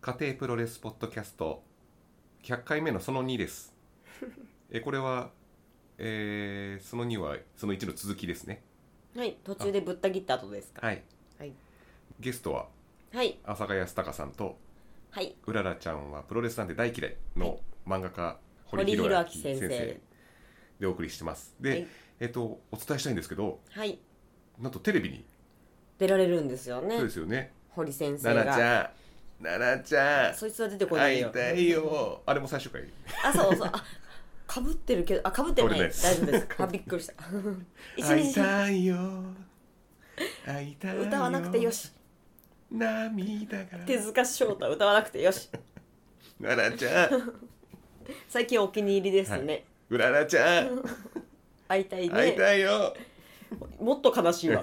家庭プロレスポッドキャスト100回目のその2です えこれは、えーその2はその1の続きですねはい途中でぶった切った後ですかはい、はいゲストははい阿佐ヶ谷隆さんとはい「うららちゃんはプロレスなんて大嫌い」はの漫画家堀弘弘明明先先生生でお送りしてますで、はいえっとお伝えしたいんですけどはいなんとテレビに出られるんですよそうねですよね堀先「生奈々ちがゃん奈々ちゃんそいつは出てこな会いいよたいよ」あれも最終回あそうそうあかぶってるけどあかぶって被っないてない大です丈夫ですあびっくりした 一会い日たいよ会いたいよ歌わなくてよし涙が手塚翔太歌わなくてよし奈々ちゃ ん最近お気に入りですね、うららちゃん会いたいね会いたいよもっと悲し いわ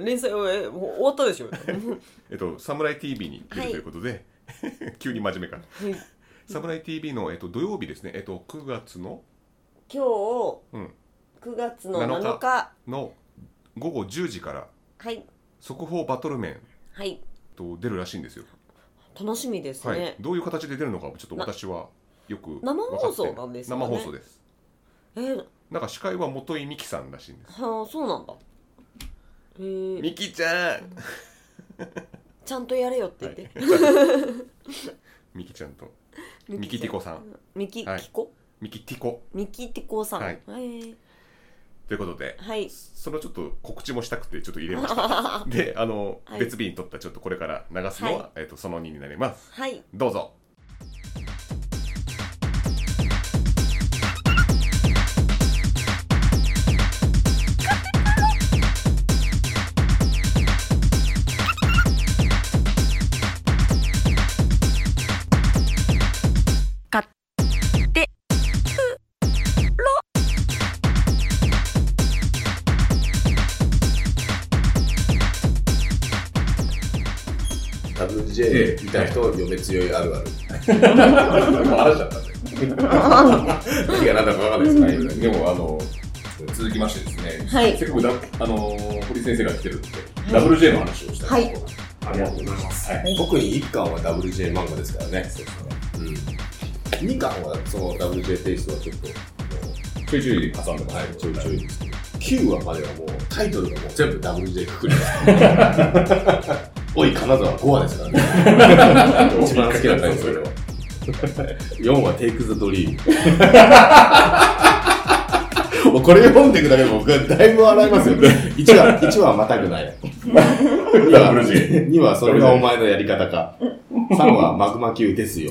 連載えもう終わったでしょえっと「サムライ TV」に出るはいということで 急に真面目か今「サムライ TV の」えっと、土曜日ですねえっと9月の日うん9月の7 7日の午後10時からはい速報バトルメンはいと出るらしいんですよ、楽しみですね、はい、どういう形で出るのかちょっと私はよくな生分かって放送なんですよね生放送ですえーなんか司会は元井美樹さんらしいんですはあそうなんだえー、美樹ちゃんちゃんとやれよって言って、 ミキちゃんとミキティコさんミキはいティコミキティコミキティコさんははいい、ということではい、そのちょっと告知もしたくてちょっと入れ ましたであの、はい別日に撮ったちょっとこれから流すのは、はえっとその2になりますはい、どうぞダブル J いた人、嫁強いあるあ る。もう話しちゃったんで。何が何だか分かんないですでもあの続きましてですね、はいせっかくだあの堀先生が来てるので、ダブル J の話をしたはいとこありがとうございます。特に1巻はダブル J 漫画ですからね。そうですね。うん。2巻はそのダブル J テイストはちょっと、ろちょいちょい挟んでます、はい、ちょいちょいですけど、9話まではもうタイトルがもう全部ダブル J くくりです。おい、金沢5話ですからね。 一番好きだったんですけど。4話、テイクズドリー ム。もうこれ読んでいくだけで僕はだいぶ笑いますよ。1話、1話はまたぐない。ダブル J 2話、それがお前のやり方か。3話、マグマ級ですよ。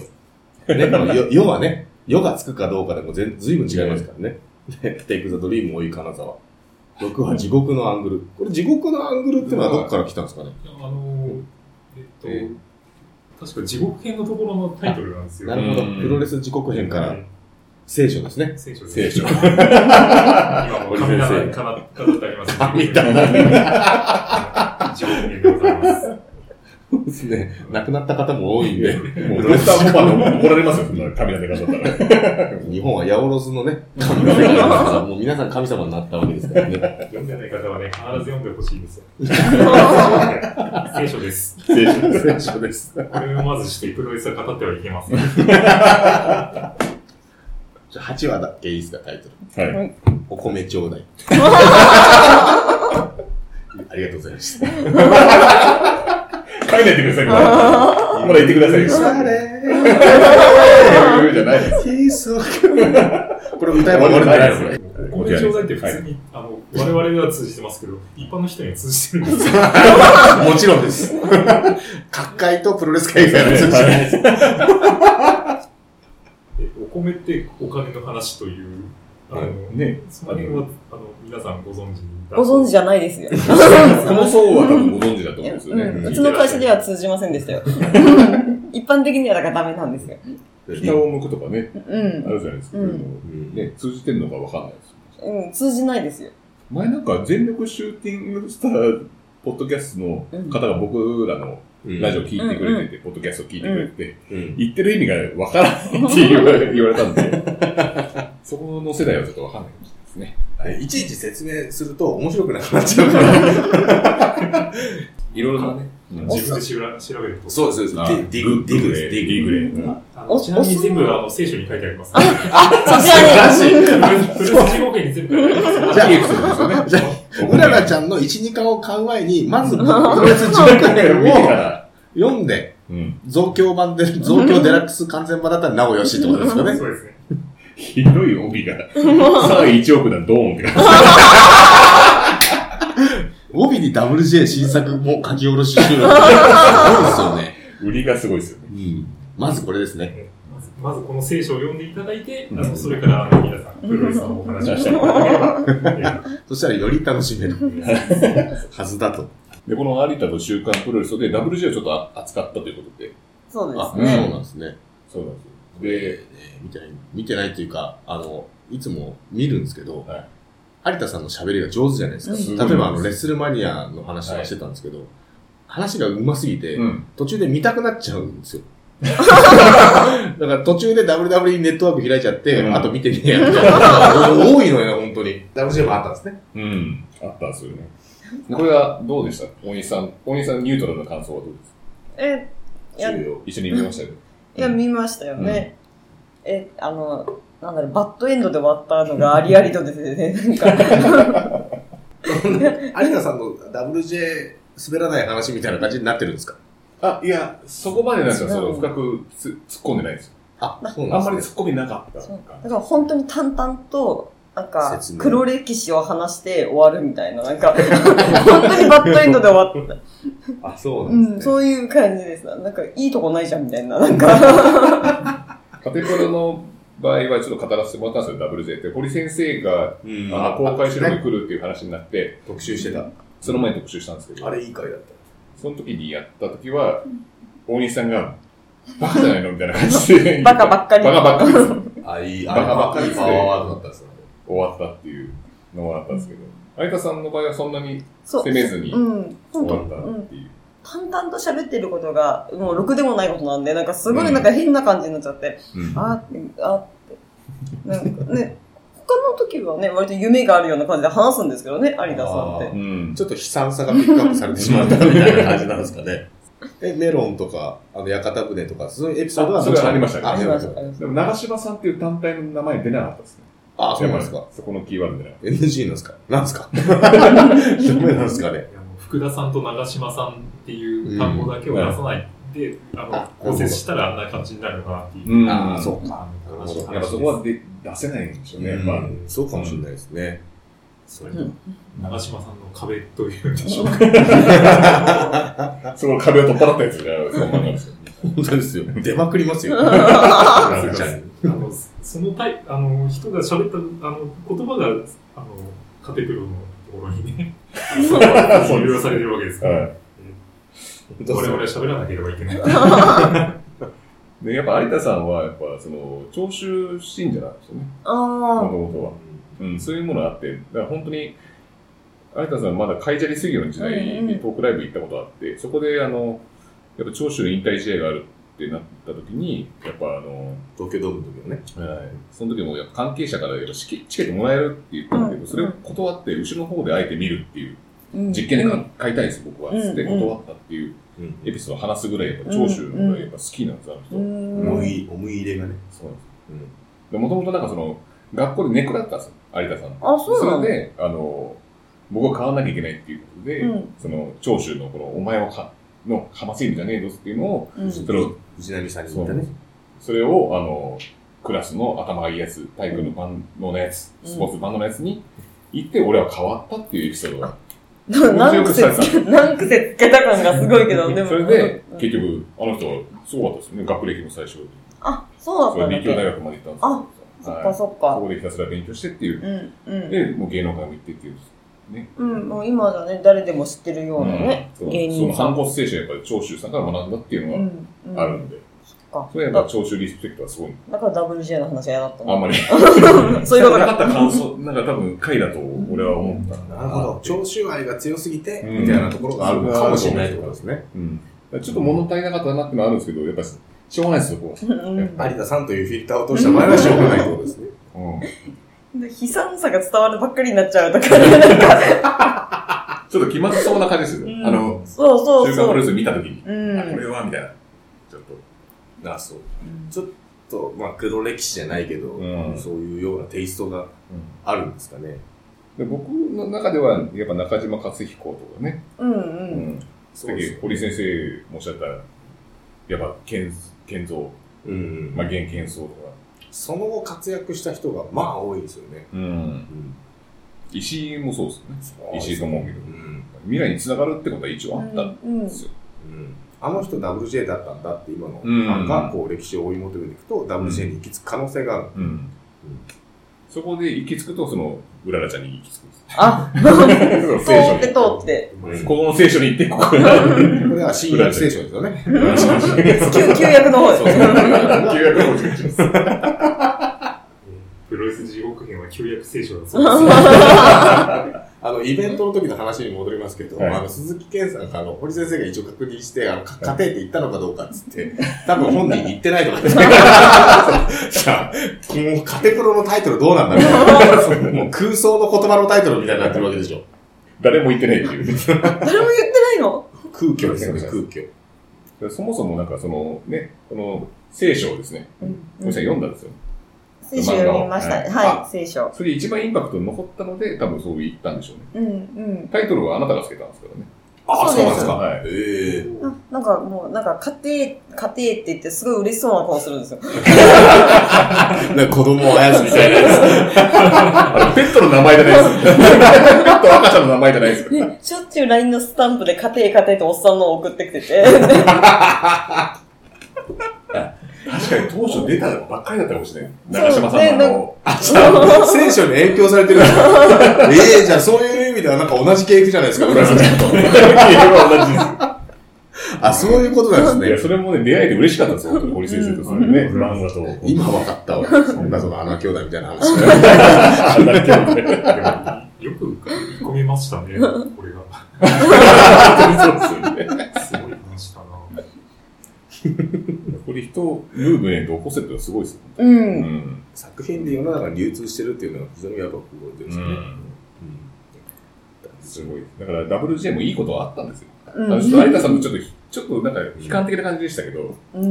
ね、もうよ世はね、世がつくかどうかでも全ずいぶん違いますからね。テイク・ザ・ドリーム、追い金沢。6は地獄のアングル。これ地獄のアングルってのはどこから来たんですかねいやあのーえっと、え確か地獄編のところのタイトルなんですよ。なるうほんど。プロレス地獄編から聖書ですね。聖書です。聖書。今も神棚に飾飾ってあります。神棚地獄編でございます。ですね。亡くなった方も多いんで、もうプロレスターボバーの怒られますよ、そんなカメラで飾ったら。日本は八百万のね、神様。もう皆さん神様になったわけですからね。読んでない方はね、必ず読んでほしいんですよ。聖書です。聖書聖書です。これをまずして、プロレスは語ってはいけません。じゃあ8話だけいいですか、タイトル。はい。お米ちょうだい。ありがとうございました。帰ってください、まだ。まだ言ってくださいよ。言うじゃないです。これ歌えば終わりじゃないですね。お米ちょうだいって普通に、あの、我々では通じてますけど、一般の人には通じてるんですよ。もちろんです。各界とプロレス界以外の通じないです。でお米ってお金の話という、あの、ね。その辺は、あの、皆さんご存知だご存知じゃないですよ。この層は多分ご存知だと思うんですよね。うん、うちの会社では通じませんでしたよ。一般的にはだからダメなんですよ。下を向くとかね、うあん。るじゃないですか。うんそういうのね、通じてるのかわかんないです。うん、通じないですよ。前なんか全力シューティングスターポッドキャストの方が僕らのラジオ聞いてくれてて、ポッドキャスト聞いてくれてて、うん言ってる意味がわからないって言われ言われたんで、そこの世代はちょっとわかんないかもしれないですね。い ちいち説明すると面白くなくなっちゃうから。いろいろなね、自分で調べ調べると。そうです、そうです。ディグ、ディグです、ディグ。レー。あのおちなみに全部お酢あの聖書に書いてあり ます。そちらに、フルス地方圏に全部書いてあります。じゃあ、エピソードですよね。じゃあ、うららちゃんの1、2巻を買う前に、まず、特別10見てか巻をら読んで、うん。増強版で、増強デラックス完全版だったらなおよしってことですよね。そうですね。ひどい帯が、さあ1億だ、ドーンって 感帯に WJ 新作も書き下ろし集なんてそうですよね。じ。売りがすごいですよね。うん。まずこれですね。まずまずこの聖書を読んでいただいて、あうのんそれからあの皆さん、プロレスのお話をしていただけ れば。そしたらより楽しめるはずだと。で、この有田と週刊プロレスで WJ をちょっと扱ったということで。そうですそうね。なんですね。そうなんですよ。えで、ー見てない、見てないというか、あの、いつも見るんですけど、はい有田さんの喋りが上手じゃないですか。すごい例えば、あの、レッスルマニアの話とかしてたんですけど、話が上手すぎて、うん。途中で見たくなっちゃうん ですよ。だから途中で WWE ネットワーク開いちゃって、うんあと見てねえやみたいな。多いのよ、本当に。WJ もあったんですね。うん。あったんですよね。でこれはどうでした大西さん、大西さんニュートラルな感想はどうですかえ、いや、い一緒に見ましたけど。や、見ましたよね。え、あの、なんだろう、バッドエンドで終わったのがありありと出てて、 なんか、有田さんの WJ 滑らない話みたいな感じになってるんですかあ、いや、そこまでなんかそ違うの深くつ突っ込んでないんですよ。あ、そうあなんんまりですね。突っ込みなかったそうかだから本当に淡々と、なんか説、明黒歴史を話して終わるみたいな、な んか、本当にバッドエンドで終わった。あ、そううなんですん、ね。そういう感じです。なんか、いいとこないじゃんみたいな、なんか。。カテプロの場合はちょっと語らせてもらったんですよ、WJ って。堀先生が、うんあの公開資料に来るっていう話になって、特集してた。その前に特集したんですけど。あれいい回だっその時にやった時は、大西さんが、バカじゃないのみたいな感じでバカばっかりバカばっかりですた。あ、いい、あれいいパワーワードだったんですよ。終わったっていうのがあったんですけど、有田さんの場合はそんなにそう。攻めずにうん、終本当わったっていう。淡々と喋ってることが、もうろくでもないことなんで、なんかすごいなんか変な感じになっちゃって、うんあーって、あーって。なんかね、他の時はね、割と夢があるような感じで話すんですけどね、有田さんっあて。うん。ちょっと悲惨さがピックアップされてしまったみたいな感じなんですかね。 え、メロンとか、あの、屋形船とか、そういうエピソードはあそれはありましたねあありりままししたた、ありましでも、長柴さんっていう単体の名前出なかったですね。あ、そうなんですか。。そこのキーワード出なかっ NG なんですかなん ですかダメなんですかねいやもう福田さんと長島さんっていう単語だけを出さないで、ああの、骨折したらあんな感じになるのかなっていう。た。ああ、う。そうか。あのなるほど話やっぱそこはで出せないんですよね。まあ、うんそうかもしれないですね。それうとん長島さんの壁というんでしょうかその壁を取っ払ったやつじゃないですか。そうなんですよ本当ですよ。出まくり ますよ。あのそのタイあの人が喋ったあの言葉があのカテプロのところにね、そう利用されてるわけですから、は我々は喋らなければいけない。い。で、やっぱ有田さんは、やっぱその、聴衆信者なんですよね。もあともとは。うん、そういうものがあって、だから本当に、有田さんまだ会社にぎるの時代うんうにんトークライブ行ったことあって、そこで、あの、やっぱ長州の引退試合があるってなった時に、やっぱあの、東京ドームの時はね。その時もやっぱ関係者からやっぱチケチケットもらえるって言ったんだけど、うんそれを断って後ろの方であえて見るっていう、ーうん実験でうかん買いたいんです僕は、つってうんうん断ったっていううんエピソードを話すぐらい、やっぱ長州の方がやっぱ好きなんですよ、あの人。うん思い、思い入れがね。そうなんですうんで。もともとなんかその、学校でネクだったんですよ、有田さんの。あ、そうなそんれだ。で、あの、僕は買わなきゃいけないっていうことで、うんその、長州のこの、お前はか、の、かませるんじゃねえぞっていうのを、うんそれを、藤波さんに似たね。それを、あの、クラスの頭がいいやつ、体育のバンドのやつ、うんスポーツバンドのやつに行って、俺は変わったっていうエピソードが。何癖つけ、何癖つけた感がすごいけど、でも。それで、うん結局、あの人はすごかったですよね、学歴も最初で。あ、そうそだれったんだで、っ立教大学け。まで行ったんですそよ。っはいかそっそか。こでひたすら勉強してっていう。うん、うん。で、もう芸能界も行ってっていう。ね。うん、もう今じゃね、誰でも知ってるようなね、うん芸そ人のさ反ん。骨精神はやっぱり長州さんから学んだっていうのは、ん、うんあるんで。かそれはやっぱ長州リスペクトはすごい。だから WJ の話は嫌だったあんの。まり。 そういうことなか。かった感想、なんか多分回だと俺は思ったな。なるほど。長州愛が強すぎて、うんみたいなところがあるのかもしれないってことですね。うん。ちょっと物足りなかったなってのはあるんですけど、やっぱししょうがないですよ、こうんやうっん有田さんというフィルターを通した場合はしょうがないってことですね。う。うん。で悲惨さ が伝わるばっかりになっちゃうとかね、なんか。ちょっと気まずそうな感じですうよ。んあの、そうそう週刊プそロレう。ス見たときに、うあこれん。はみたいな。ちょっと。あ、そう。ちょっと、まあ、黒歴史じゃないけど、うんそういうようなテイストがあるんですかね。で僕の中では、やっぱ中島克彦とかね、うんう。うんん。さっき堀井先生もおっしゃった、やっぱ健、健造、うん。まあ、現健造とか、その後活躍した人が、まあ、多いですよね。うん。うん。石井もそうですよね。石井う智ん美。未来につながるってことは一応あったんうんですよ。うん。あの人 WJ だったんだって今のフうんァンがこう歴史を追い求めていくと WJ に行き着く可能性がある。うん。そこで行き着くと、その、うららちゃんに行き着くんです。あ、通聖書っにて通って。うんここの聖書に行って、ここにある。 これは新約聖書ですよね。旧旧約の方 そうそうへ 旧約の方ですプロレス地獄編は旧約聖書だそうです。 あの、イベントの時の話に戻りますけど、はいあの、鈴木健さんが、あの、堀先生が一応確認して、あの、か家庭って行ったのかどうかっつって、多分本人に行ってないとか ですね。じゃあ、もうカテプロのタイトルどうなんだろ う。もう空想の言葉のタイトルみたいになってるわけでしょ。誰も行ってないっていう。誰も言ってないの空虚ですよね、空虚。そもそもなんかそのね、この聖書をですね、う小西んさん読んだんですよ。聖書読みました漫ね。画をはい、聖書。それで一番インパクトに残ったので、多分そう言ったんでしょうね。うんうん。タイトルはあなたがつけたんですからね。あそうですはええななんかもう、なんか家庭、家庭って言ってすごい嬉しそうな顔するん ですよ。なんか子供をあやすみたいなやあれ、ペットの名前じゃないです。ペット赤ちゃんの名前じゃない です。ね、しょっちゅう LINE のスタンプで家庭家庭とおっさんのを送ってきてて。 確かに当初出たばっかりだったかもしれない。長島さんのあのつ。聖書に影響されてるんだええじゃあそういう意味ではなんか同じ系譜じゃないですか、浦井 さんと。あ、そういうことなんいでや、すね。それもね、出会えて嬉しかったんですよ、本当に堀先生と。それね、漫画と。今わかったわ。そんなその穴兄弟みたいな話。よく書き込みましたね、これが。そうですよね。すごい話だな。これ人、ムーブメントを起こせってすごいですよ。うう。んん。 作品で世の中に流通してるっていうのは非常にやっぱこうですよね。すごい。だから WJ もいいことはあったんですよ。うあん。のちょっと有田さんもちょっと、ちょっとなんか悲観的な感じでしたけど。うんう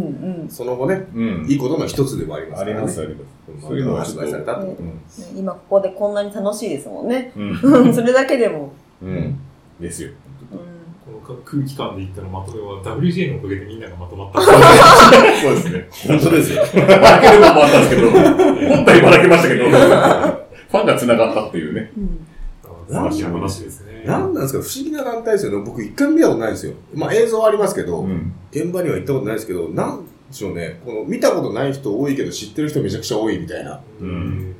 ん。その後ね、うんいいことの一つでもありますあからりね。ます、あります。そういうのが発売されたってこうん。今ここでこんなに楽しいですもんね。うん。それだけでも。うん。ですよ。うんこの空気感で言ったらまとめは WJ のおかげでみんながまとま った。そうですね。と。本当ですよ。ばらけるのもあったんですけど、本体ばらけましたけど、ファンが繋がったっていうね。うん素晴らしい話ですね。なんなんですか不思議な団体ですよね。僕一回も見たことないですよ。まあ映像はありますけど、ん。現場には行ったことないですけど、なんでしょうね。この見たことない人多いけど知ってる人めちゃくちゃ多いみたいな。うん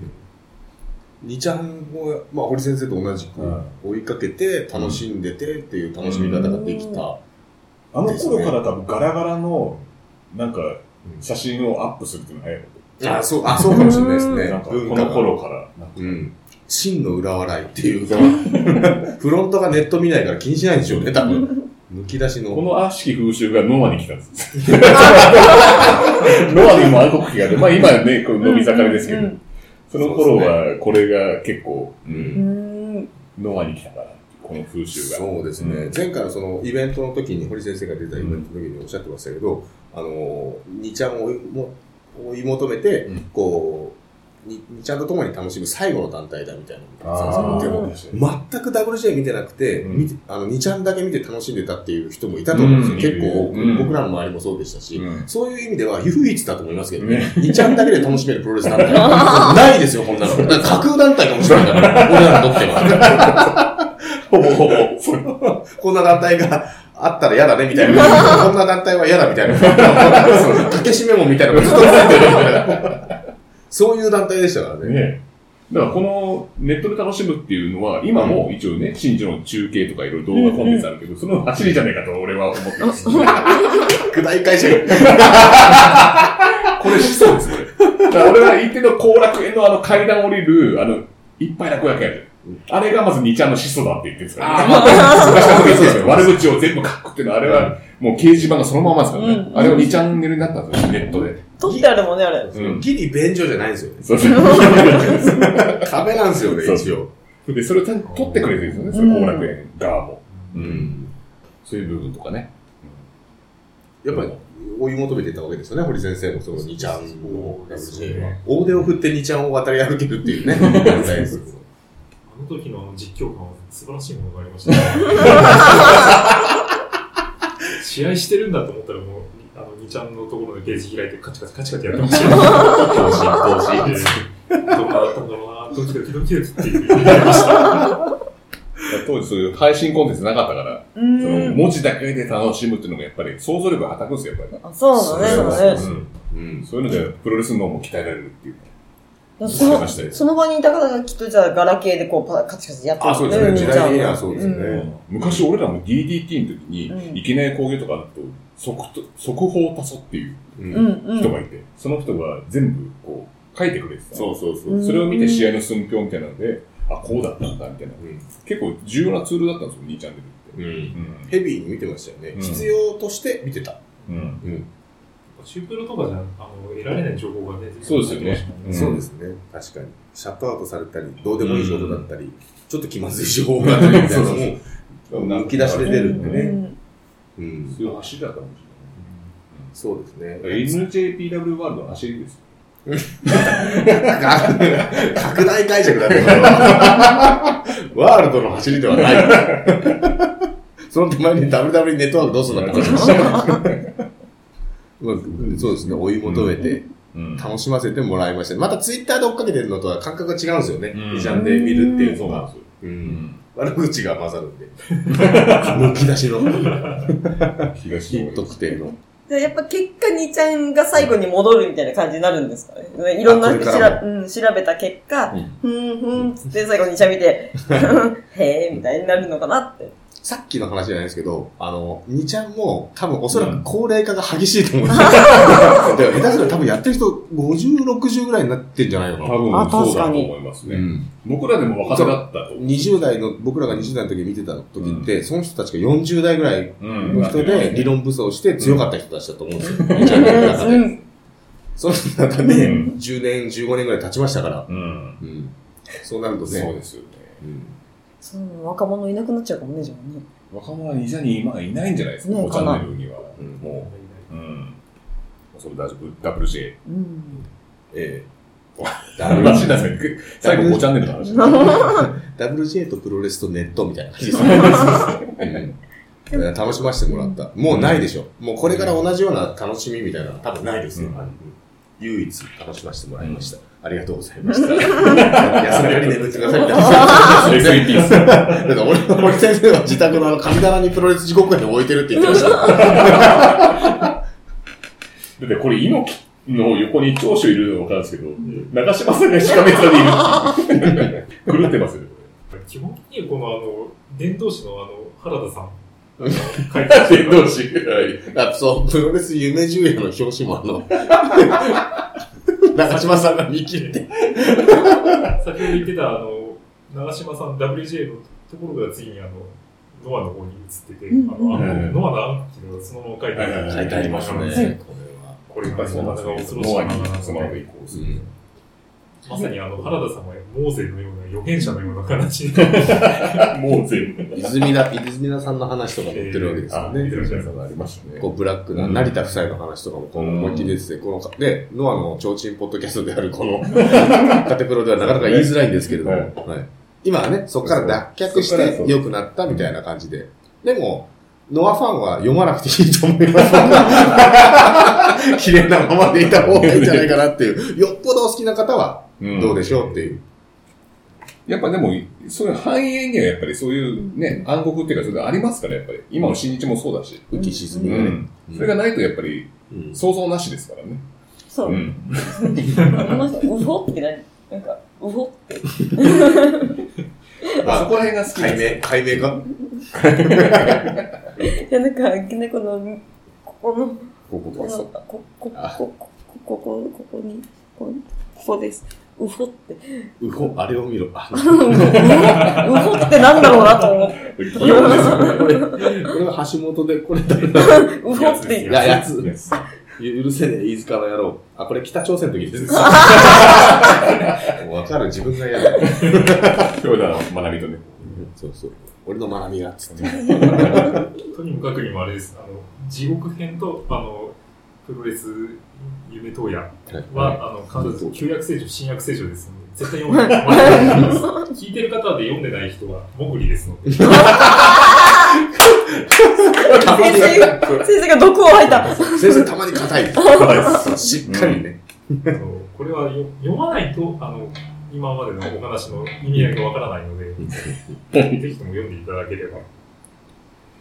二ちゃんを、まあ堀先生と同じくは追いかけて楽しんでてっていう楽しみ方ができた。あの頃から多分ガラガラの、なんか、写真をアップするっていうのが早いこあ、そう、あ、そうかもしれないですと。ね。なんか、文こ化がの頃から。なんかうん。真の裏笑いっていうか、 フロントがネット見ないから気にしないんでしょうね、多分。抜き出しこの。の悪しき風習がノアに来たんです。ノアにも暗黒期があって、まあ今はね、こう飲み盛りですけうどん、その頃は、これが結構、うんうんノアに来たから、この風習が。そうですね。うん前回のそのイベントの時に、堀先生が出たイベントの時におっしゃってましたけど、あの、二ちゃんを追いも追い求めて、うんこう、に二ちゃんと共に楽しむ最後の団体だみたいなことを言ってたんあですよでもー全く WJ 見てなくて、うん見てあの、2ちゃんだけ見て楽しんでたっていう人もいたと思うんですよ。うん結構多く、うん僕らの周りもそうでしたし、うんそういう意味では唯一だと思いますけどねね。 2ちゃんだけで楽しめるプロレス団 体。ないですよ、こんなの。だから架空団体かもしれないから、俺らにとっては。 ほぼほぼ。こんな団体があったら嫌だね、みたいな。こんな団体は嫌だ、みたいな。掛けしめもみたいなのがずっとついてるみたいな。そういう団体でしたからね。 ねだからこのネットで楽しむっていうのは、今も一応ね、新庄の中継とかいろいろ動画コンテンツあるけど、その走りじゃないかと俺は思ってます。拡大会社がこれしそうです、これ。だから俺は一定の後楽園のあの階段降りる、あの、いっぱい楽屋やる。あれがまず2ちゃんの始祖だって言ってるんですから、ね。昔からそうですよ悪口を全部書くっていうのは、あれはもう掲示板がそのままですからね。うんあれを2チャンネルになったんですよ、ネットで。撮ってあるもんね、あれ。うんギリ便所じゃないんですよね。そう そう壁なんですよね、そう一応。で、それをちゃんと撮ってくれてるんですよね、その後楽園側も。うん。そういう部分とかね。やっぱり追い求めてたわけですよね、堀先生もその2ちゃんをそうですね、大手を振って2ちゃんを渡り歩けるっていうね、 問題ですあの時のあの実況感は素晴らしいものがありました、試合してるんだと思ったらもう、あの、2ちゃんのところのページ開いてカチカチカチカチやってましたよ。投資、投資。どうなったんだろうな、ドキドキドキドキっていう。当時そういう配信コンテンツなかったから、うそのーん。文字だけで楽しむっていうのがやっぱり想像力が働くんですよ、やっぱりねあそうだね、そうだね。うん。そういうのでプロレスのも鍛えられるっていう。だからそそうの、その場にいた方がきっとじゃあ、ガラケーでこう、パカチカチやってあそうですねるん時じゃ代ん的にはそうですようね。昔俺らも DDT の時うんに、いけない工業とかだと、速と、速報足そっていううんうんうん。人がいて、その人が全部こう、書いてくれてた。そうそうそうう。んそれを見て試合の寸評みたいなので、あ、こうだったんだ、みたいな。結構重要なツールだったんですよ、兄ちゃんでって。うんうヘビーに見てましたよねう。ん必要として見てた。ん。うん。シュープロとかじゃ、あの、得られない情報がね、そうですよね。。そうですすね。確かに。シャットアウトされたり、どうでもいい情報だったり、ちょっと気まずい情報だったりみたいなのも、むき出しで出るんでねうんうんそういう走りだったかもしそうですね。れない。NJPW ワールドの走りです。拡大解釈だね、これは ワールドの走りではない。その手前に WW ネットワークどうするんだって話まあそうですね、追い求めて、うん楽しませてもらいました。またツイッターで追っかけてるのとは感覚が違うんですよね。うんビジャンで見るっていうそのうなんでがす。よ。ううんん。悪口が混ざるんで。 むき出しの、東非の方特定の。じゃあやっぱ結果、にちゃんが最後に戻るみたいな感じになるんですかね。いろんなあこれから調,、うん、調べた結果、ううんん、ふんふんっつって最後にちゃん見て、へえみたいになるのかなって。さっきの話じゃないですけど、あの、2ちゃんも多分おそらく高齢化が激しいと思うん ですよ。だから下手したら多分やってる人50、60ぐらいになってんじゃないのか多な。分あそう確だかとに思いますうね。ん。僕らでも若手だったと。 20代の、僕らが20代の時見てた時って、その人たちが40代ぐらいうの人で理論武装して強かった人たちだと思うんですよ。2ちゃんの中うで。ん。 その中で、うん10年、15年ぐらい経ちましたから。うん。うん。そうなるとそうね。ですよね。うんそう、若者いなくなっちゃうかもね、じゃあね。若者は2、3人今いないんじゃないですか、ねおチャンネルには。うんもう、うん。それ大丈夫 ?WJ。うん。ええ。ダブル話だね。最後5チャンネルの話。 WJ とプロレスとネットみたいな感じですね。うん楽しませてもらった。もうないでしょ。もうこれから同じような楽しみみたいなのは多分ないですよ。うんうん唯一楽しませてもらいました。ありがとうございま した。安らかに眠ってくださいみ たいな。レスインピース。だから俺の森先生は自宅のあの神棚にプロレス地獄園で置いてるって言ってました。 だってこれ、猪木の横に長州いるのわかるんですけど、長嶋さんがしかめさにいるっていう。狂ってますよね、こ基本的にこの、あの、伝道師のあの、原田さん。れ。伝道師。 はい。あそう、プロレス夢十夜の表紙もあの、 中島さんが見切って。 先ほど言ってた、あの、長嶋さん WJ のところが次に、あの、ノアの方に移ってて、うんあの、あのうんノアの暗記がそのまま書いてある。書いてありますね。これは。これやっぱりそうなんですね。ノア恐ろしいにそのまま移行す る。まさにあの、原田さんはモーゼのような預言者のような形で、 もう全部。泉田、泉田さんの話とか載ってるわけですよね。出てるのありましたねこ。う、ブラックな、成田夫妻の話とかも、こう、うん思いっきり出てて、この、で、ノアの提灯ポッドキャストである、こ の、カテプロではなかなか言いづらいんですけれども、はいはい今はね、そこから脱却そしっからそうて良くなったみたいな感じで。でも、ノアファンは読まなくていいと思い ます。綺麗なままでいた方がいいんじゃないかなっていう。よっぽどお好きな方は、どうでしょうっていう。やっぱでも、そういう繁栄にはやっぱりそういうね、暗黒っていうか、そういうのありますから、やっぱり。今の新日もそうだし。浮き沈うみがね。ん。それがないとやっぱり、うん想像なしですからね。そうう。ん。この人、うほって何なんか、うほって。そこら辺が好きなん解です明、解明かいや、なんか、ね、この、ここの、こここがのそう。こ、こ、こ、こ、こ、こ、ここに、ここに、ここです。うほって。うほ、あれを見ろ。あうほうほってなんだろうなと思って。 器用ですよねこれ、これが橋本で、これ誰だうほって。ややつです。ゆ許せねえ、飯塚の野郎。あ、これ北朝鮮の時です。わかる、自分が嫌だ。今日だ、学びとね。 そうそう。俺の学びが、つって。とにもかくにもあれです。あの、地獄編と、あの、プロレス夢東野は、あの、必ず旧約聖書、新約聖書ですので、絶対読んでない。聞いてる方で読んでない人は、もぐりですので。先生、先生が毒を吐いた。先生たまに硬い。硬しっかりね。あのこれはよ読まないとあの今までのお話の意味合いがわからないので、ぜひとも読んでいただければ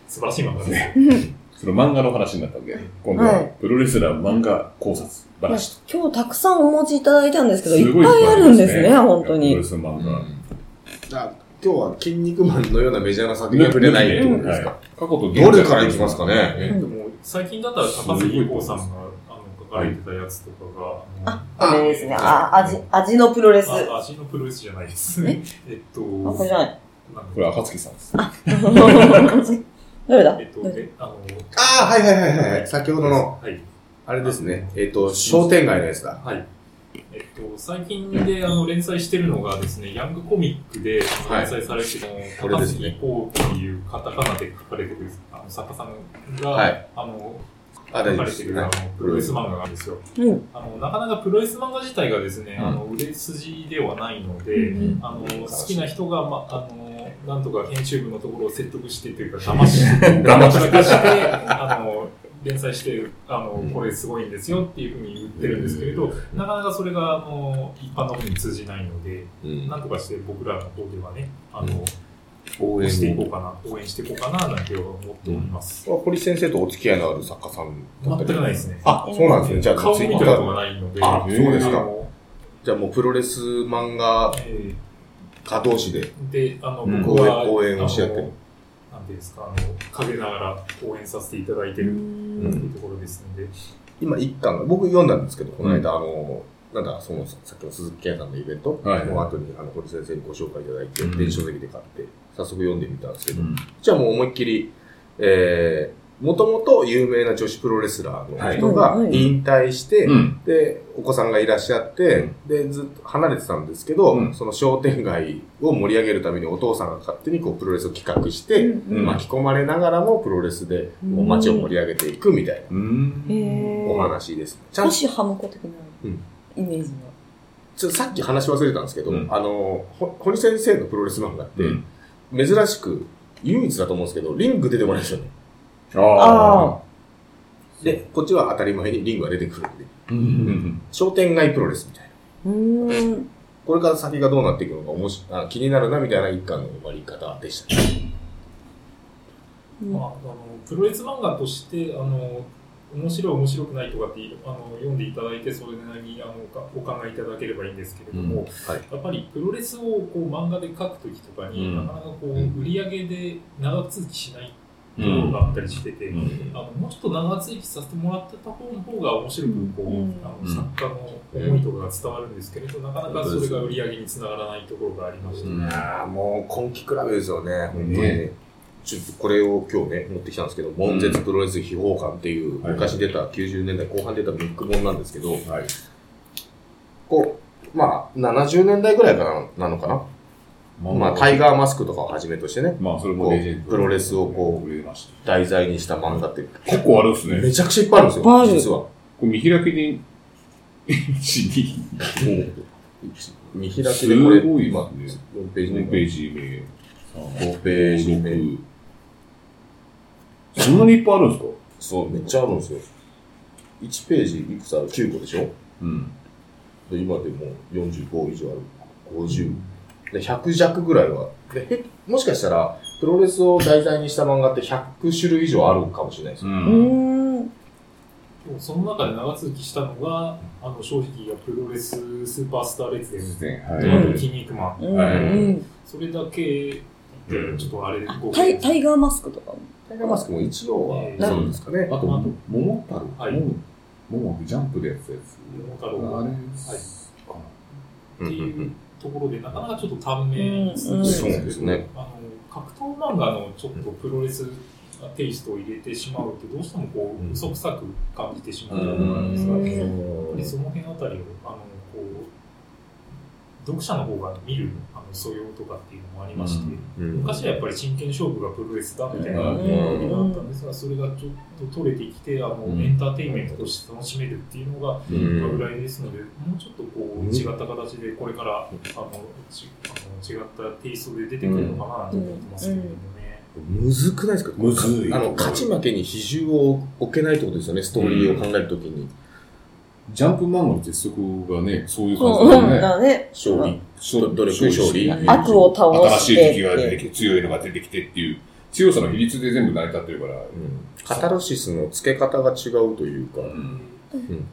素晴らしい漫画です。その漫画の話になったわけ。今度ははい、プロレスラー漫画考察今話。日たくさんお持ちいただいたんですけど、いすごっぱいあるんですいっぱいね、あり本当プロにレ。スの漫画。じゃあ、今日は筋肉マンのようなメジャーな作品は触れないってことですはか。い過去と現在どれからいきますかね。うんでも最近だったら高杉優子さんがあの書かれてたやつとかが、ああれですね、あ、味、味のプロレス。あ、あ味のプロレスじゃないです。ええっと、これじゃない。なんだこれ、赤月さんです。どれだえっと、えあの、ああ、はいはいはいはいはい。先ほどの、はい。あれですね。えっと、商店街のやつだ。はい。えっと、最近であの連載してるのがですね、ヤングコミックではい連載されてる、これ高です杉ねこうっていうカタカナで書かれてるあの作家さんが、はいあのあ、書大丈夫でかれてす。るあはのいプロレス漫画があるんですよ。うん。あのなかなかプロレス漫画自体がですね、うんあの売れ筋ではないので、あの好きな人が、まあの、なんとか編集部のところを説得してというか、騙して、騙してあの連載してあの、これすごいんですよっていうふうに言ってるんですけれど、なかなかそれがあの一般の方に通じないので、うんなんとかして僕らの方ではね、あうんの、応応援してい援こうを。かな、応援していこうかななんて思っております。堀先生とお付き合いのある作家さんだっ全たりくないですね。あ、そうなんですね。じゃあ、顔をツイ見ッたこタとがー。ないので、あ、そうですあか。のじゃあもうプロレス漫画えー家同士で。で、あの、うん僕は、応援応援をし合ってるあのなんていうんですか、あの、陰ながら応援させていただいてるっていうところですので、今一巻が、僕読んだんですけど、この間、あの、なんだ、その、さっきの鈴木健さんのイベントはいの後に、あの、堀先生にご紹介いただいて、うん電子書籍で買って、早速読んでみたんですけど、うんじゃあもう思いっきり、えー、もともと有名な女子プロレスラーの人がはいはい引退して、うん。で、お子さんがいらっしゃって、で、ずっと離れてたんですけど、うんその商店街を盛り上げるためにお父さんが勝手にこうプロレスを企画して、うん巻き込まれながらもプロレスでもう街を盛り上げていくみたいなうん。へお話です。ちゃんと、少しハムコ的なうんイメージちょっとさっき話忘れたんですけど、うんあの、ほ堀先生のプロレス漫画って、うん珍しく、唯一だと思うんですけど、リング出てこないですよね。ああ。で、こっちは当たり前にリングが出てくるんで、うん。商店街プロレスみたいな。の。うーん。これから先がどうなっていくのかおもしあ気になるなみたいな一巻の終わり方でしたね。うんまあ、あの、プロレス漫画として、あの、面白い面白くないとかってあの読んでいただいて、それなりにあのお考えいただければいいんですけれども、はうんい。やっぱりプロレスをこう漫画で書くときとかに、うんなかなかこう、うん売り上げで長続きしないとうころん。があったりしてて、うんあのもうちょっと長続きさせてもらってた方の方が面白くこう、うんあうんの作家の思いとかが伝わるんですけれど、なかなかそれが売り上げにつながらないところがありまして、うんああ、もう今季比べですよね、本当にねね。ちょっとこれを今日ね、持ってきたんですけど、悶絶プロレス秘宝館っていう、はい昔出た90年代後半出たブック本なんですけど、はい。こう、まあ、70年代ぐらいからなのかな。まあ、タイガーマスクとかをはじめとしてね、まあ、それもレジェンドプロレスをこう売れました。題材にした漫画って、結構あるんですね。めちゃくちゃいっぱいあるんですいっぱいあよ、る実は。これ見開きに、1、見開きでこれ、すごいですねまあ、4ページ2、目4ページ目、 5ページ目。 5、6。そんなにいっぱいあるんですかそう、めっちゃあるんですよ。1ページいくつある ?9 個でしょうん。で今でも45以上ある。50。で、100弱ぐらいは。で、へもしかしたら、プロレスを題材にした漫画って100種類以上あるかもしれないですう。よ。うんーん。でもその中で長続きしたのが、あの正直言えばプロレススーパースター列伝、はあとい。筋肉マン、うんはいうんそれだけ、うんちょっとあれ、ごタイタイガーマスクとかも。タイガーマスクも一応は、なるんですかね。あと、ももたろ。はいもももジャンプでやってたやつ。桃太郎あれっかうんてうんいううんところで、なかなかちょっと短命すうんうんそうですね。あの格闘漫画のちょっとプロレステイストを入れてしまうとどうしてもこうんう嘘くさく感じてしまうところなんですが、うんでその辺あたりをあのこう読者の方が見るあの素養とかっていうのもありましうて、ん昔はやっぱり真剣勝負がプロレスだみたいなうん雰囲気だったんですが、それがちょっと取れてきてあの、うんエンターテインメントとして楽しめるっていうのがう今んぐらいですので、もうちょっとこう違った形でこれから、あのちあの違ったテイストで出てくるのかなと思ってますけれどもね。むずくないですかむずいあの勝ち負けに比重を置けないってことですよねストーリーを考えるときに、ジャンプ漫画の鉄則がね、そういう感うじん、だよね。だね。勝利勝努力勝利うん悪を倒新し。してい敵が出てきて、強いのが出てきてっていう、強さの比率で全部成り立ってるから、うん、カタルシスの付け方が違うというか、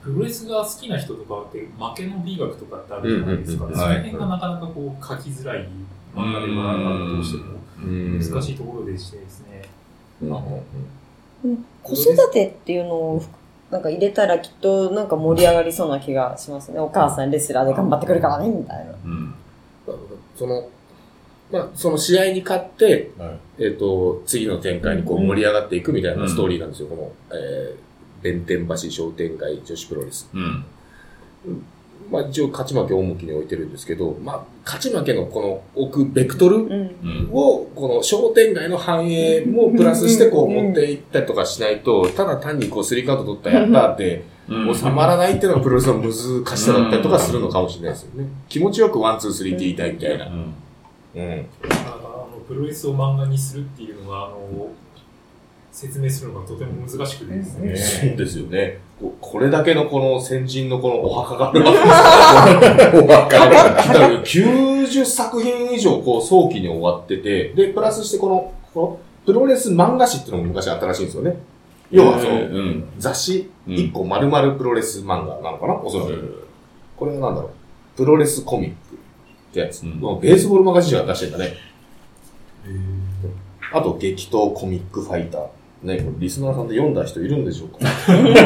プロレスが好きな人とかって負けの美学とかってあるじゃないですか。うんうんうんその辺がなかなかこう書きづらい漫画でもあるなどうしてもうん難しいところでしてですね。うんうんうん子育てっていうのを、なんか入れたらきっとなんか盛り上がりそうな気がしますね。お母さんレスラーで頑張ってくるからね、みたいな。うん。その、まあ、その試合に勝って、はいえっ、と、次の展開にこううん盛り上がっていくみたいなうんストーリーなんですよ。この、えー、弁天橋商店街女子プロレス。うん。まあ、一応勝ち負けを重きに置いてるんですけど、まあ、勝ち負けのこの置くベクトルうん。うん。を、この商店街の繁栄もプラスしてこう持っていったりとかしないと、ただ単にこうスリーカウント取ったやったーって、うん。収まらないっていうのがプロレスの難しさだったりとかするのかもしれないですよね。気持ちよくワン、ツー、スリーって言いたいみたいな。うん。うん。なかなかあのプロレスを漫画にするっていうのはあの説明するのがとても難しくてですね。そうですよね。ここれだけのこの先人のこのお墓があるわ 90作品以上、こう、早期に終わってて、で、プラスしてこの、このプロレス漫画誌っていうのも昔あったらしいんですよね。要は、その、うん。雑誌、うん1個丸々プロレス漫画なのかなおそらく。これはなんだろう。プロレスコミックってやつ。うんもうベースボールマガジンが出してんだね。あと、激闘コミックファイター。ね、これリスナーさんで読んだ人いるんでしょうかいた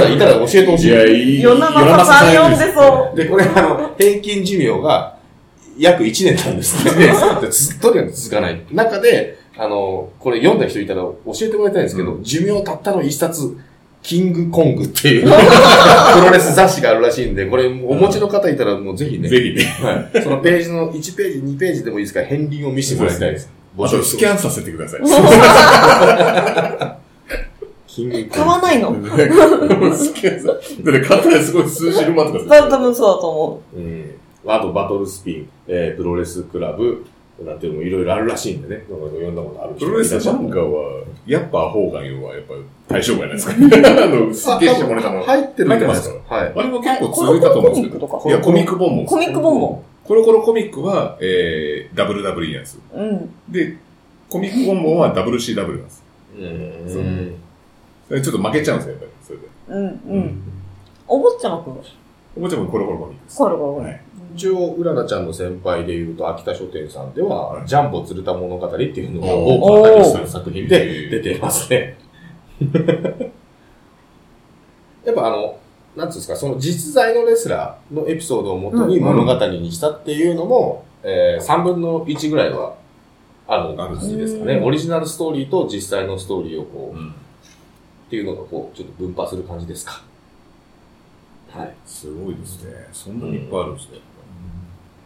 ら、いたら教えてほしい。い世の中さん読んでそう。で、これ、あの、平均寿命が約1年なんです ね。でずっとには続かない。中で、あの、これ読んだ人いたら教えてもらいたいんですけど、寿命たったの一冊、キングコングっていう プロレス雑誌があるらしいんで、これお持ちの方いたらもうぜひね、ぜひね。はい、そのページの1ページ、2ページでもいいですから、片鱗を見せてもらいたいです。 あ募と集スしキてャンさせてくだ さい。キングコ買ングわ。ないのスキャンさだって買ったらすごい数十万とかする多分そうだと思う。うん。あと、バトルスピン、えープロレスクラブ、なんていうのもいろいろあるらしいんでね。なんか読んだことあるプ人ロレスいらっしゃる漫画は、やっぱ、方眼用は、やっぱ、対象外なんですかあ の、すげえしてもらったの。あ入ってるんじゃないですか。はい。れも結構続いたと思うんですけコミックとど。かいや、コミックボンボン。コミックボンボコロコロコミックは、えー、WWE なんです。ン。うん。で、コミックボンボンは WCW なんです。うん。それちょっと負けちゃうんですよ、やっぱり。それで。うん。うん。お坊ちゃまくん。おもちゃもコロコロコミックです。コロコロコロは。い一応、うららちゃんの先輩で言うと、秋田書店さんでは、ジャンボ鶴田物語っていうのがお大川隆ー史さんの作品で出てますね。 やっぱあの、なんつうんですか、その実在のレスラーのエピソードをもとにうん物語にしたっていうのも、えー、3分の1ぐらいはあるあるん感ですねじですかね。オリジナルストーリーと実際のストーリーをこう、うっんていうのがこう、ちょっと分派する感じですか。はい。すごいですね。そんなにいっぱいあるんですね。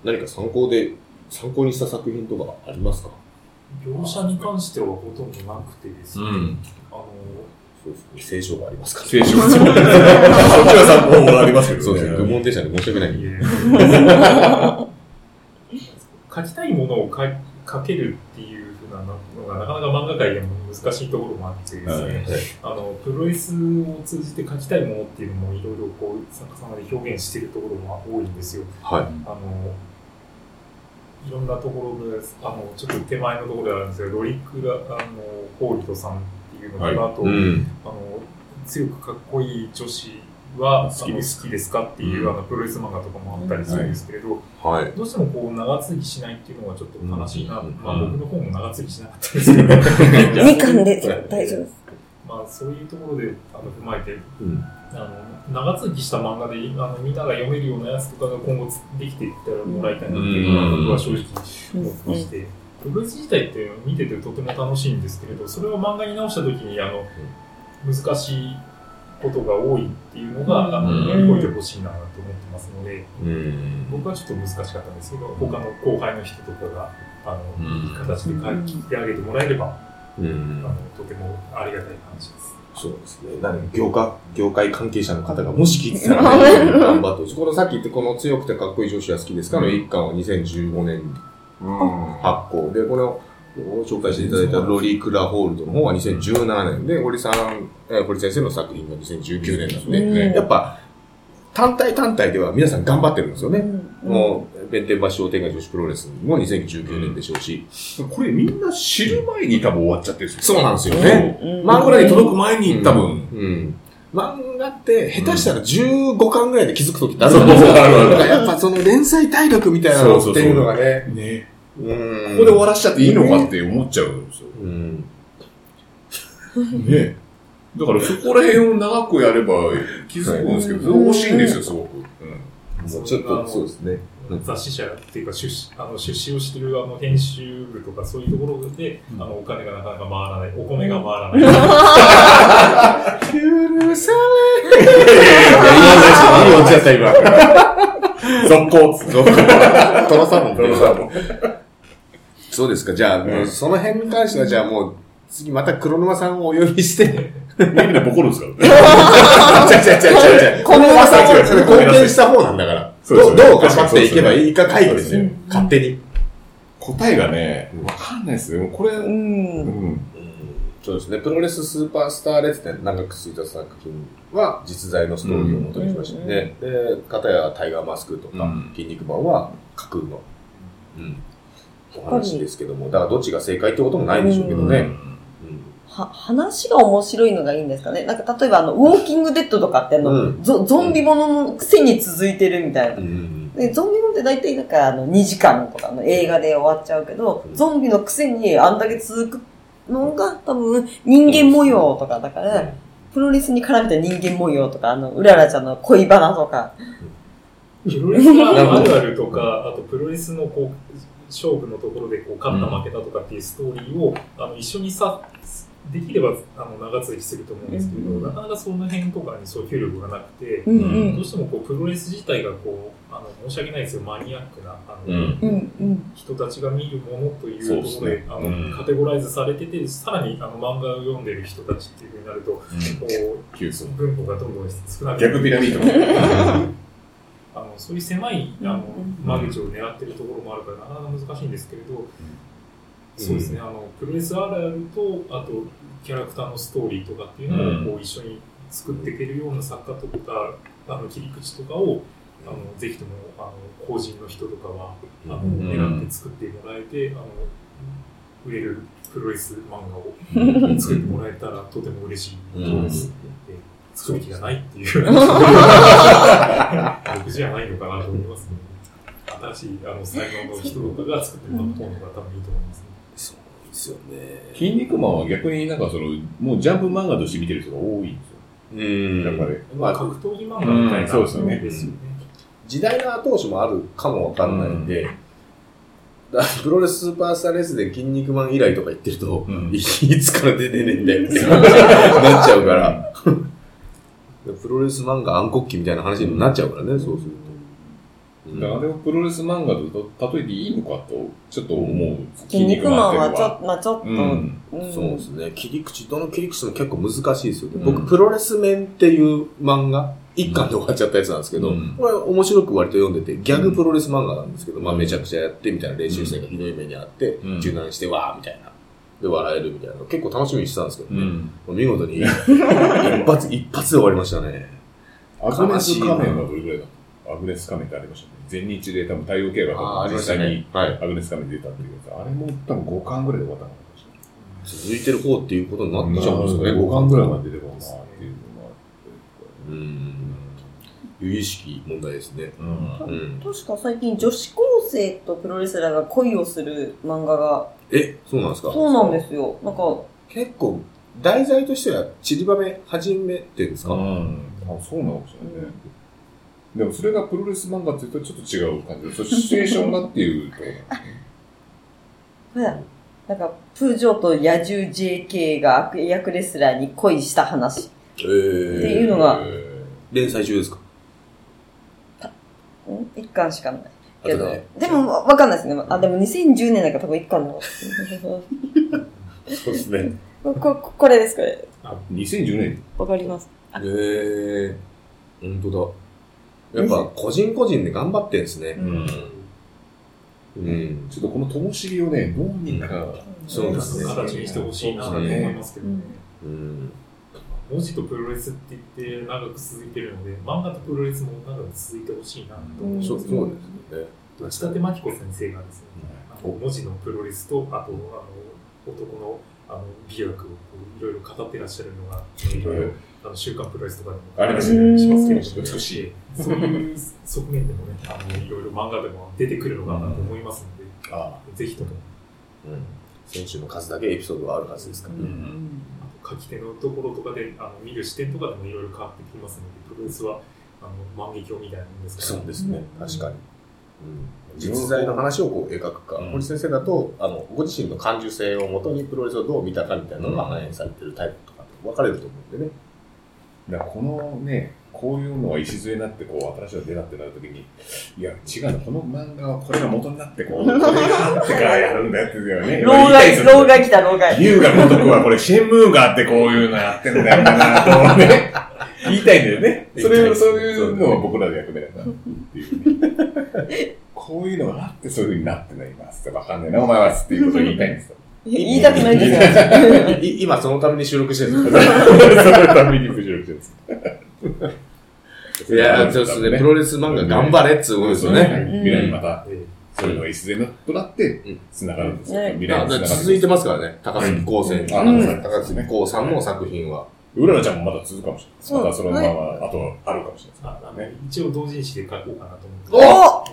何か参考で、参考にした作品とかありますか描写に関してはほとんどなくてですね。ん。あのそうですね。聖書がありますから。聖書。そっちは参考もありますけそどうね。ですね。愚問でしたね。申し訳ない。いえ 書きたいものを書書けるっていうふうなのがなかなか漫画界でも難しいところもあってですね、はいあのプロレスを通じて書きたいものっていうのもいろいろこう作家様で表現しているところも多いんですよ。はいあのいろんなところですあのちょっと手前のところであるんですけどロリクラあのホールドさんっていうのと、はいあと、うん。あの強くかっこいい女子は好好ききでですす好きですかっていう、うんあのプロレス漫画とかもあったりするんですけれど、はい。どうしてもこう長継ぎしないっていうのがちょっと悲しいな、うんまあ、僕の方も長継ぎしなかったです けど、みかんで大丈夫です。まあ、そういうところであの踏まえて、うんあの長続きした漫画であのみんなが読めるようなやつとかが今後できていったらもらいたいなっていうのは僕は正直思ってまして、プロレス自体って見ててとても楽しいんですけれどそれを漫画に直した時にあの難しいことが多いっていうのが、あの、うん乗り越えてほしいなと思ってますので、うん。僕はちょっと難しかったんですけど、他の後輩の人とかが、あうの、いんい形で書いてあげてもらえれば、うあんの、とてもありがたい話です。そうですね。なので業界、業界関係者の方がもし聞いてたら、ね、 頑張ってほしい。このさっき言って、この強くてかっこいい女子は好きですかの一巻は2015年発行で、この紹介していただいたロリー・クラホールドの方は2017年で、堀さん、えー堀先生の作品が2019年なんで、うんやっぱ単体単体では皆さん頑張ってるんですようね。んもう、弁天橋商店街女子プロレスも2019年でしょうし、これみんな知る前に多分終わっちゃってるんですそうなんですよよね。ね。うんまあ僕らに届く前に多分。うん。漫画って、下手したら15巻ぐらいで気づくときってあるじそうゃないですか。あるあるだからやっぱその連載体力みたいなのっていうのがね。ね。うんここで終わらしちゃっていいのかって思っちゃうんですよ。うん。ね。だからそこら辺を長くやれば気づくんですけど、それ欲しいんですよ、すごく。うん。もうちょっと、 そうですね。うん雑誌社っていうか出資あの出資をしてるあの編集部とかそういうところで、あのお金がなかなか回らないお米が回らない、許さいや、いい落ちだった、今。続行。続ない。トロサーモン。行。そうですか。じゃあ、もうその辺に関しては、じゃあもう、次また黒沼さんをお呼びして。みんなボコるんですからね。ちゃちゃちゃちゃちゃ。黒沼さんは違う違うそれ貢献した方なんだから。そうでどうすよねどう頑張っていけばいいか会議ですそうよで。勝手に。答えがね、わかんないですよ。これ、う。うんん。そうですね。プロレススーパースター列伝、長く続いた作品は、実在のストーリーを元にしましたね。で、片やタイガーマスクとか、うん筋肉マンは架空の、うん、おぱり話ですけども、だからどっちが正解ってこともないんでしょうけどね。うんは、話が面白いのがいいんですかねなんか例えばあの、ウォーキングデッドとかってあの、うんゾゾンビもののくせに続いてるみたいな。うんでゾンビものって大体なんかあの2時間とかの映画で終わっちゃうけど、うんゾンビのくせにあんだけ続くのが多分人間模様とかだから、プロレスに絡めた人間模様とか、あの、うららちゃんの恋バナとか、プロレスがあるあるとかあとプロレスのこう勝負のところでこう勝った負けたとかっていうストーリーをあの一緒にさできればあの長続きすると思うんですけど、うんなかなかその辺とかに訴求力がなくて、うんどうしてもこうプロレス自体がこうあの申し訳ないですよマニアックなあの、うんうん、うん、うん。人たちが見るものというそうとこですろでねあの、うんカテゴライズされててさらにあの漫画を読んでる人たちっていうふうになるとこう急須。分母がどんどん少なくなる逆ピラミッド。あのそういう狭いあのうん間口を狙ってるところもあるからなかなか難しいんですけれど、そうですねあのプロレスあるあるとあとキャラクターのストーリーとかっていうのをこう一緒に作っていけるような作家とかあの切り口とかをあのぜひともあの法人の人とかはあのん狙って作ってもらえてあの売れるプロレス漫画を作ってもらえたらとても嬉しいと思います。で作る気がないっていう、僕じゃないのかなと思いますね。新しいあの才能の人とかが作ってもらった方が多分いいと思いますね。そうですよね。筋肉マンは逆になんかその、もうジャンプ漫画として見てる人が多いんですよ。うんやっぱり。まあ、格闘技漫画みたいな、うんそうですよねよね時代の後押しもあるかもわかんないんで、だからプロレススーパースターレースで筋肉マン以来とか言ってると、うんいつから出てねえんだよって感じになっちゃうから。プロレス漫画暗黒期みたいな話になっちゃうからね、そうすると。うんだからあれをプロレス漫画と例えていいのかと、ちょっと思う。筋肉マンはちょっっと、まあちょっと、うん。うんそうですね。切り口、どの切り口でも結構難しいですよね。うん僕、プロレス面っていう漫画、一巻で終わっちゃったやつなんですけど、うんこれ面白く割と読んでて、ギャグプロレス漫画なんですけど、まあめちゃくちゃやってみたいな練習生がひどい目にあって、うん柔軟してわーみたいな。で、笑えるみたいなの結構楽しみにしてたんですけどうね。ん。見事に、一発、一発で終わりましたね。アグネス仮面はどれぐらいだったアグネス仮面ってありましたね。全日で多分太陽系があーあり実ました際にね。はい。アグネス仮面出たっていうやつ。あれも多分5巻ぐらいで終わったのかもしれない。続いてる方っていうことになってちゃうんですかね、 5巻ぐらいまで出てこないなっていうのがあうーん。有意識問題ですね。って。ううんん。確か最近女子高生とプロレスラーが恋をする漫画が、え、そうなんですかそうなんですよ。なんか、結構、題材としては、ちりばめ始めてるんですか、うん。あそうなのかもしれないね。でもそれがプロレス漫画って言うとちょっと違う感じで、それシチュエーションがっていうところなんですね。ほらなんか、プージョーと野獣 JK が悪役レスラーに恋した話。えーっていうのが連載中ですかん一巻しかない。あけとどね、、でも、わわかんないですね。あ、でも2010年だから多分一巻の。そうですね。 こ、ここれです、これ。 2010年。わかります。へえー、ほんとだ。やっぱ、個人個人で頑張ってんですね。うんうん。うん。ちょっとこのともしげをね、どうにか、そうですね形にしてほしいなと思いますけどね。うん。文字とプロレスって言って長く続いてるので、漫画とプロレスも長く続いてほしいなと思います。そう、そうですね。内館真紀子先生がですね、あの文字のプロレスと、あと、あの男のあの美学をこういろいろ語ってらっしゃるのが、いろいろあの週刊プロレスとかでもあれですねしますけど、うん美しい。そういう側面でもね、あのいろいろ漫画でも出てくるのかなと思いますので、ああ。ぜひとも、うん。選手の数だけエピソードがあるはずですから。うんあと書き手のところとかで、あの見る視点とかでもいろいろ変わってきますので、プロレスは、あの、万華鏡みたいなもんですから、そうですね、確かに。うん、実在の話をこう描くか、うん堀先生だとあのご自身の感受性をもとにプロレスをどう見たかみたいなのが反映されてるタイプとかと分かれると思うんでね。だからこのね、こういうのが礎になって、こう、新しいの出たってなるときに、いや、違うの、この漫画はこれが元になって、こう、これがあってからやるんだよっていうのはね。老害、老害来た、老害。龍が如くはこれ、シェンムーがあってこういうのやってんだよな、とうね。言いたいんだよね。それを、そういうのは僕らの役目だな、っていうね。こういうのがあって、そういうふうになってないますって、わかんないな、お前は、っていうことを言いたいんですよ。言いたくないですよ。い今そのために収録してるんですそのために無力です。いやー、そうですね、プロレス漫画頑張れっつうことですよね。ん未来にまた、えそういうのが自然となって、繋がるんですよ。うん未来だにから繋がる。続いてますからね、高杉光生、あうんそう高杉光さんの作品は。うららちゃんもまだ続くかもしれない。またそのまま、あとあるかもしれない。ああの一応同人誌で書こうかなと思って。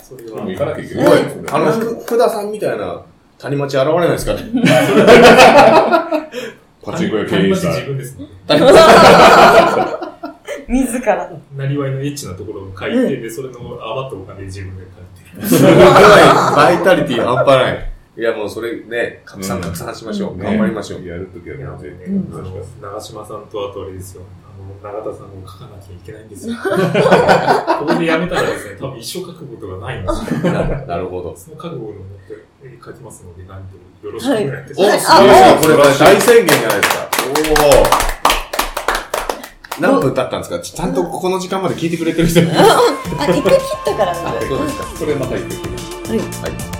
おそれではも、行かなきゃいけすなごいいですね。、あの、ふ福田さんみたいな谷町現れないですかね。パチンコ屋経営者単発自分ですね。自ら。なりわいのエッチなところを書いて、で、それの余ったお金で自分で書いて。すごい、バイタリティ半端ない。いや、もうそれね、拡散拡散しましょう。頑張りましょう。やるときはもう絶対あお願いしのます。長島さんとあとあれですよ。あの、永田さんを書かなきゃいけないんですよ。ここでやめたらですね、多分一生書くことがないんですよ。ななるほ ど。その覚悟を持ってえ書きますので、何でもよろしくお願いいたしお、ごいますですね。これ大宣言じゃないですか。おお。何分経ったんですかちちゃんとこの時間まで聞いてくれてる人。そうあ、一回切ったからなんだよ。ですか。それまた行ってくる。はい。はい。